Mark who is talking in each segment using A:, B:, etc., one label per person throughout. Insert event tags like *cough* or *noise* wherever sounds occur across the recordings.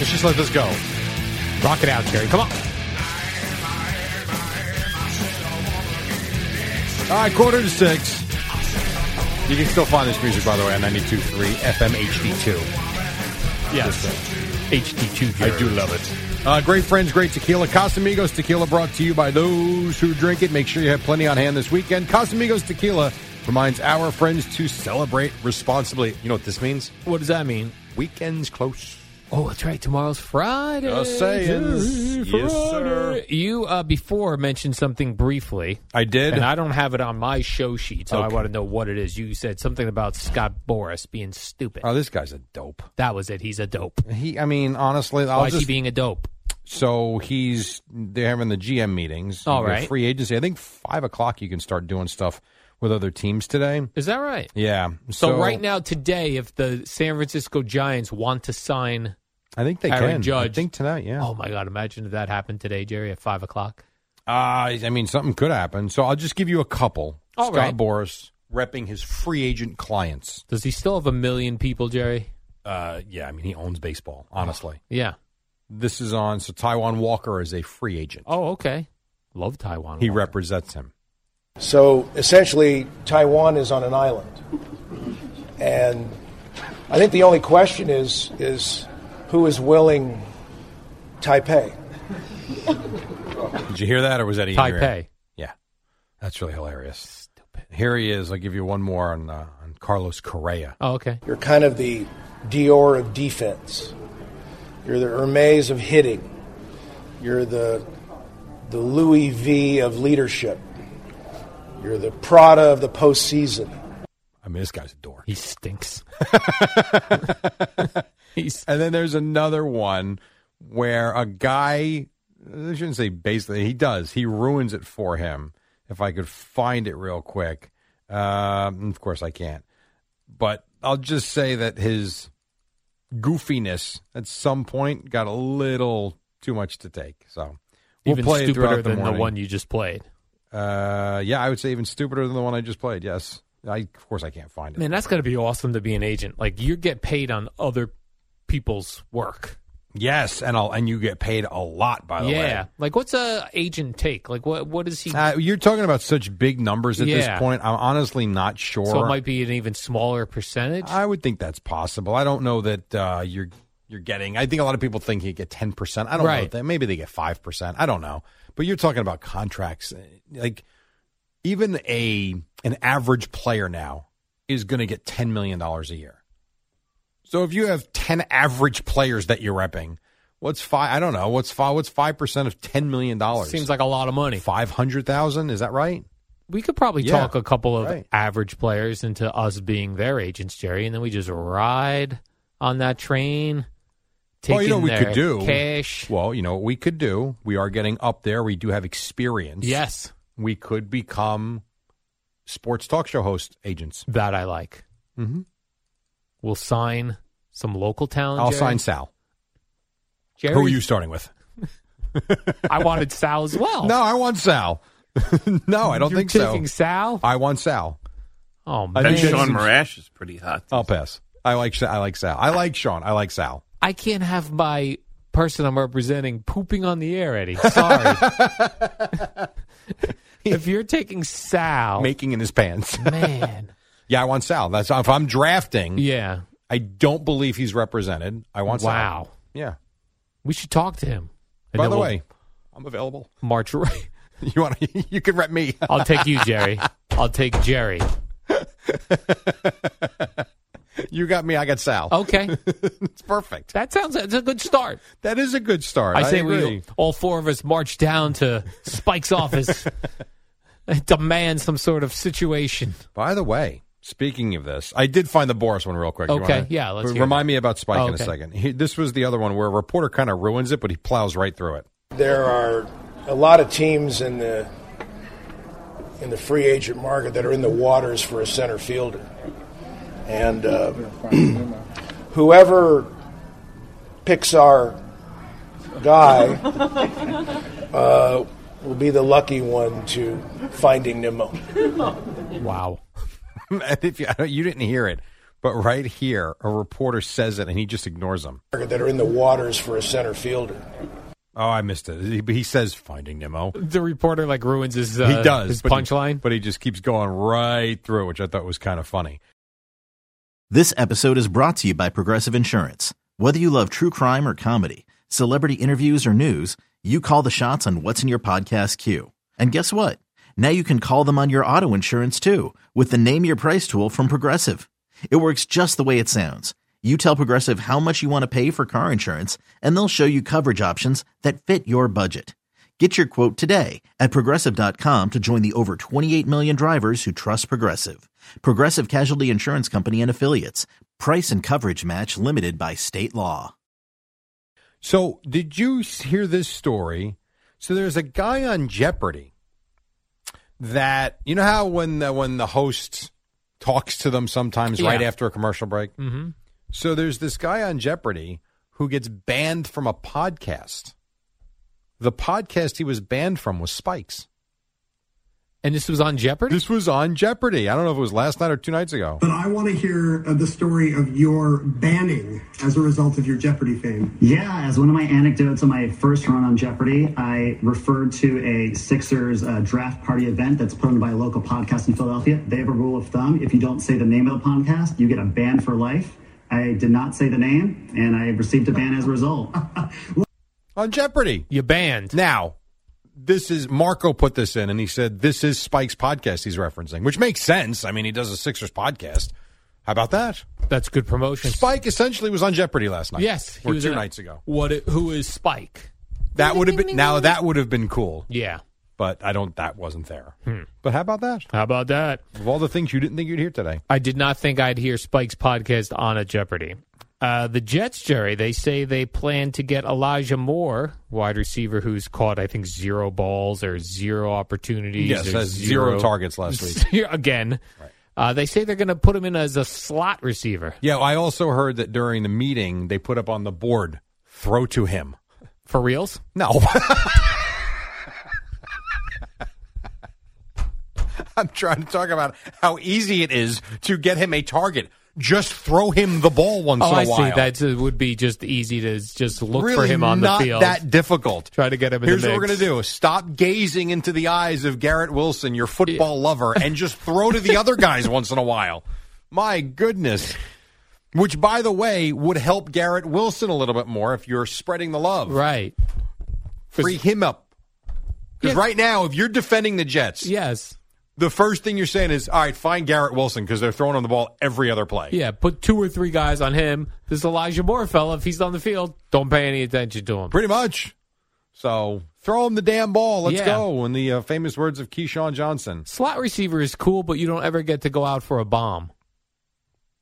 A: Let's just let this go. Rock it out, Jerry. Come on. All right, quarter to six. You can still find this music, by the way, on 92.3 FM HD2.
B: Yes. HD2 Jerry.
A: I do love it. Uh, great friends, great tequila. Casamigos Tequila brought to you by those who drink it. Make sure you have plenty on hand this weekend. Casamigos Tequila reminds our friends to celebrate responsibly. You know what this means?
B: What does that mean?
A: Weekend's close.
B: Oh, that's right. Tomorrow's Friday.
A: Just saying.
B: Jerry,
A: Yes, sir.
B: Friday. You uh, before mentioned something briefly,
A: I did.
B: and I don't have it on my show sheet, so I
A: Okay.
B: want to know what it is. You said something about Scott Boris being stupid.
A: Oh, this guy's a dope.
B: that was it. He's a dope.
A: He, I mean, honestly, I'll
B: Why is
A: just,
B: he being a dope?
A: so he's they're having the GM meetings.
B: All
A: You get
B: right.
A: free agency. I think five o'clock you can start doing stuff with other teams today.
B: Is that right?
A: Yeah.
B: So, right now, today, if the San Francisco Giants want to sign,
A: I think they
B: Aaron
A: can.
B: Judge-
A: I think tonight. Yeah.
B: oh my God, imagine if that happened today, Jerry, at five o'clock.
A: Uh, I mean, something could happen. So I'll just give you a couple.
B: All
A: Scott
B: right.
A: Boris repping his free agent clients.
B: Does he still have a million people, Jerry?
A: Uh, yeah. I mean, he owns baseball. Honestly,
B: Yeah.
A: this is on. So Taiwan Walker is a free agent.
B: Oh, okay. Love Taiwan.
A: He
B: Walker.
A: represents him.
C: So essentially, Taiwan is on an island, and I think the only question is is who is willing Taipei.
A: Did you hear that, or was that in your ear?
B: Taipei.
A: Yeah, that's really hilarious. Here he is. I'll give you one more on uh, on Carlos Correa.
B: Oh, okay.
C: You're kind of the Dior of defense. You're the Hermes of hitting. You're the the Louis V of leadership. You're the Prada of the postseason.
A: I mean, this guy's a dork. *laughs*
B: He stinks. *laughs* He's
A: And then there's another one where a guy. I shouldn't say basically. He does. He ruins it for him. If I could find it real quick, um, of course I can't. But I'll just say that his goofiness at some point got a little too much to take. So we'll
B: even
A: play it
B: stupider
A: throughout the
B: than the
A: morning.
B: one you just played.
A: Uh, yeah, I would say even stupider than the one I just played. Yes, I of course I can't find it.
B: Man, that's got to be awesome to be an agent. Like you get paid on other people's work.
A: Yes, and I'll and you get paid a lot by the
B: yeah. Like what's a agent take? Like what what is he
A: way. Uh, you're talking about such big numbers at
B: Yeah.
A: this point. I'm honestly not sure.
B: So it might be an even smaller percentage.
A: I would think that's possible. I don't know that uh, you're you're getting. I think a lot of people think you get ten percent. I don't know
B: Right.
A: that. Maybe they get five percent. I don't know. But you're talking about contracts. eh, Like even a an average player now is going to get ten million dollars a year. So if you have ten average players that you're repping, what's five? I don't know. What's five? What's five percent of ten million dollars?
B: Seems like a lot of money.
A: five hundred thousand. Is that right?
B: We could probably
A: Yeah,
B: talk a couple of
A: right.
B: average players into us being their agents, Jerry, and then we just ride on that train. Take
A: well, you know
B: in
A: what we
B: their
A: could do
B: cash.
A: Well, you know what we could do. We are getting up there. We do have experience.
B: Yes,
A: we could become sports talk show host agents.
B: that I like.
A: Mhm.
B: We'll sign some local talent.
A: I'll
B: Jerry.
A: sign Sal.
B: Jerry,
A: Who are you starting with? *laughs*
B: I wanted Sal as well.
A: No, I want Sal. no, I don't
B: You're
A: think
B: taking
A: so.
B: Sal.
A: I want Sal.
B: Oh
A: I
D: I
B: man,
D: think
A: think it's-
D: Sean Marash is pretty hot.
A: I'll pass. I like Sa- I like Sal. I like Sean. I like Sal.
B: I can't have my person I'm representing pooping on the air, Eddie.
A: *laughs*
B: Sorry. *laughs* if you're taking Sal,
A: Making in his pants. *laughs*
B: man,
A: yeah, I want Sal. That's if I'm drafting.
B: yeah,
A: I don't believe he's represented. I want Sal.
B: wow.
A: Yeah.
B: We should talk to him. And
A: By
B: then
A: the
B: we'll
A: way, I'm available. *laughs*
B: march. right-
A: You want to, *laughs* you can rep me.
B: I'll take you,
A: *laughs*
B: Jerry. I'll take Jerry.
A: You got me. I got Sal. *laughs*
B: Okay,
A: it's perfect.
B: that sounds that's a good start.
A: That is a good start.
B: I say
A: agree.
B: we all four of us march down to Spike's
A: *laughs*
B: office, and demand some sort of situation.
A: By the way, speaking of this, I did find the Boris one real quick. You
B: Okay,
A: wanna-
B: yeah, let's
A: re-
B: hear
A: remind
B: that.
A: me about Spike
B: Oh,
A: in a
B: okay.
A: second. He, this was the other one where a reporter kind of ruins it, but he plows right through it. *laughs*
C: There are a lot of teams in the in the free agent market that are in the waters for a center fielder, and uh, *clears throat* whoever picks our guy uh, will be the lucky one to finding Nemo.
B: Wow.
A: And if you, *laughs* I don't- you didn't hear it, but right here, a reporter says it, and he just ignores him.
C: Market that are in the waters for a center fielder.
A: Oh, I missed it. He, he says Finding Nemo.
B: The reporter like ruins his uh,
A: he does
B: his
A: but he-
B: punchline.
A: but he just keeps going right through, which I thought was kind of funny.
E: This episode is brought to you by Progressive Insurance. Whether you love true crime or comedy, celebrity interviews or news, you call the shots on what's in your podcast queue. And guess what? Now you can call them on your auto insurance too with the Name Your Price tool from Progressive. It works just the way it sounds. You tell Progressive how much you want to pay for car insurance, and they'll show you coverage options that fit your budget. Get your quote today at progressive.com to join the over 28 million drivers who trust Progressive. Progressive Casualty Insurance Company and Affiliates. Price and coverage match limited by state law.
A: So, did you s- hear this story? So, there's a guy on Jeopardy that you know how when the, when the host talks to them sometimes
B: Yeah.
A: right after a commercial break.
B: mm-hmm.
A: So, there's this guy on Jeopardy who gets banned from a podcast. The podcast he was banned from was Spikes.
B: And this was on Jeopardy.
A: This was on Jeopardy. I don't know if it was last night or two nights ago.
F: But I want to hear uh, the story of your banning as a result of your Jeopardy fame.
G: Yeah, as one of my anecdotes on my first run on Jeopardy, I referred to a Sixers uh, draft party event that's put on by a local podcast in Philadelphia. They have a rule of thumb if you don't say the name of the podcast, you get a ban for life. I did not say the name, and I received a ban as a result. *laughs*
A: On Jeopardy.
B: you banned.
A: Now, this is Marco put this in, and he said this is Spike's podcast he's referencing, which makes sense. I mean, he does a Sixers podcast. How about that?
B: That's good promotion.
A: Spike essentially was on Jeopardy last night.
B: Yes,
A: or two
B: in it.
A: nights ago.
B: What? i- Who is Spike?
A: That would have been now. That would have been cool,
B: Yeah.
A: but I don't. That wasn't there.
B: Hmm.
A: But how about that?
B: How about that?
A: Of all the things you didn't think you'd hear today,
B: I did not think I'd hear Spike's podcast on a Jeopardy. Uh, the Jets, Jerry, they say they plan to get Elijah Moore, wide receiver who's caught, I think, zero balls or zero opportunities.
A: Yes,
B: or
A: has zero targets last week.
B: *laughs* Zero- Again. Uh, they say they're going to put him in as a slot receiver
A: yeah. I also heard that during the meeting they put up on the board, "Throw to him."
B: for reals.
A: No. *laughs* I'm trying to talk about how easy it is to get him a target. Just throw him the ball once
B: oh,
A: in a
B: I
A: while.
B: see. That would be just easy to just look
A: really
B: for him on the
A: not
B: field.
A: that difficult.
B: Try to get him in
A: Here's
B: the
A: what we're
B: mix.
A: going to do. Stop gazing into the eyes of Garrett Wilson, your football lover, and just throw to the other guys once in a while. My goodness. Which, by the way, would help Garrett Wilson a little bit more if you're spreading the love.
B: Right.
A: Free him up. Because
B: Yeah.
A: right now, if you're defending the Jets,
B: Yes.
A: the first thing you're saying is, all right, find Garrett Wilson because they're throwing on the ball every other play.
B: Yeah, put two or three guys on him. This Elijah Moore fella, if he's on the field, don't pay any attention to him.
A: Pretty much. So throw him the damn ball. Let's
B: Yeah.
A: go. In the uh, famous words of Keyshawn Johnson.
B: Slot receiver is cool, but you don't ever get to go out for a bomb.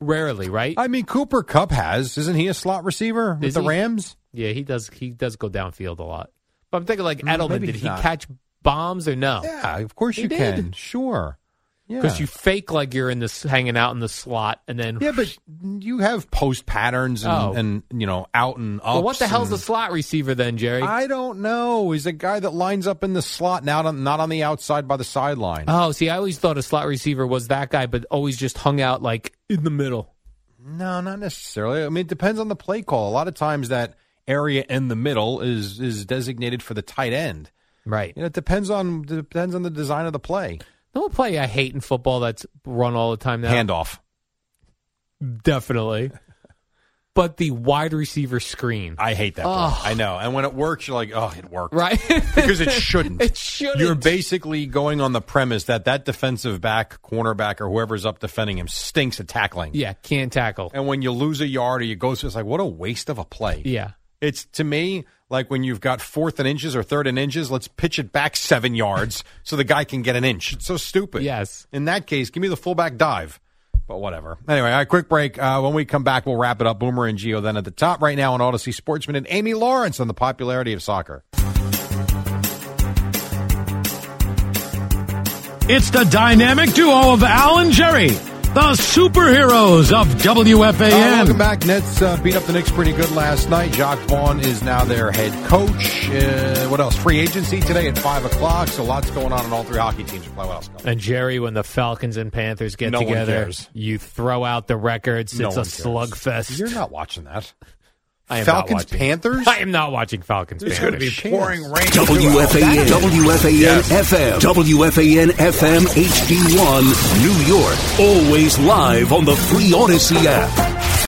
B: Rarely, right?
A: I mean, Cooper Cup has. Isn't he a slot receiver with
B: Is
A: the
B: he?
A: Rams?
B: yeah, he does. He does go downfield a lot. But I'm thinking like Edelman.
A: Mm, maybe
B: Did
A: he's
B: he
A: not.
B: catch bombs or no?
A: Yeah, of course
B: Oh. He
A: you
B: did.
A: can. Sure.
B: because
A: Yeah.
B: you fake like you're in this hanging out in the slot, and then
A: Yeah, but you have post patterns and,
B: Oh.
A: and you know out and up.
B: well, what the hell's a slot receiver then, Jerry?
A: I don't know. He's a guy that lines up in the slot, not on, not on the outside by the sideline.
B: oh, see, I always thought a slot receiver was that guy, but always just hung out like in the middle.
A: no, not necessarily. I mean, it depends on the play call. A lot of times that area in the middle is is designated for the tight end.
B: Right.
A: You know, it depends on depends on the design of the play.
B: No play I hate in football that's run all the time now.
A: Handoff.
B: Definitely. but the wide receiver screen.
A: I hate that. play.
B: Ugh.
A: I know. And when it works, you're like, oh, it worked. *laughs*
B: Right? *laughs*
A: Because it shouldn't.
B: It shouldn't.
A: You're basically going on the premise that that defensive back, cornerback, or whoever's up defending him stinks at tackling.
B: yeah, can't tackle.
A: And when you lose a yard or you go, it's like, what a waste of a play.
B: Yeah.
A: It's to me like when you've got fourth and inches or third and inches, let's pitch it back seven yards so the guy can get an inch. It's so stupid.
B: Yes.
A: In that case, give me the fullback dive. But whatever. Anyway, all right, quick break. Uh, when we come back, we'll wrap it up. Boomer and Geo then at the top right now on Odyssey Sportsman and Amy Lawrence on the popularity of soccer.
D: It's the dynamic duo of Al and Jerry, the superheroes of
A: Uh, welcome
D: WFAN.
A: back. Nets uh, beat up the Knicks pretty good last night. Jacques Vaughn is now their head coach. Uh, what else? Free agency today at 5 o'clock. So lots going on in all three hockey teams. What else? Colin?
B: And Jerry, when the Falcons and Panthers get
A: No one
B: together,
A: cares.
B: you throw out the records.
A: No
B: it's a
A: one cares.
B: slugfest.
A: You're not watching that.
B: I am not
A: Falcons
B: watching.
A: Panthers.
B: I am not watching Falcons.
A: There's
B: Panthers.
A: gonna be pouring rain.
H: WFAN, WFAN FM, WFAN FM HD1, New York. Always live on the Free Odyssey app.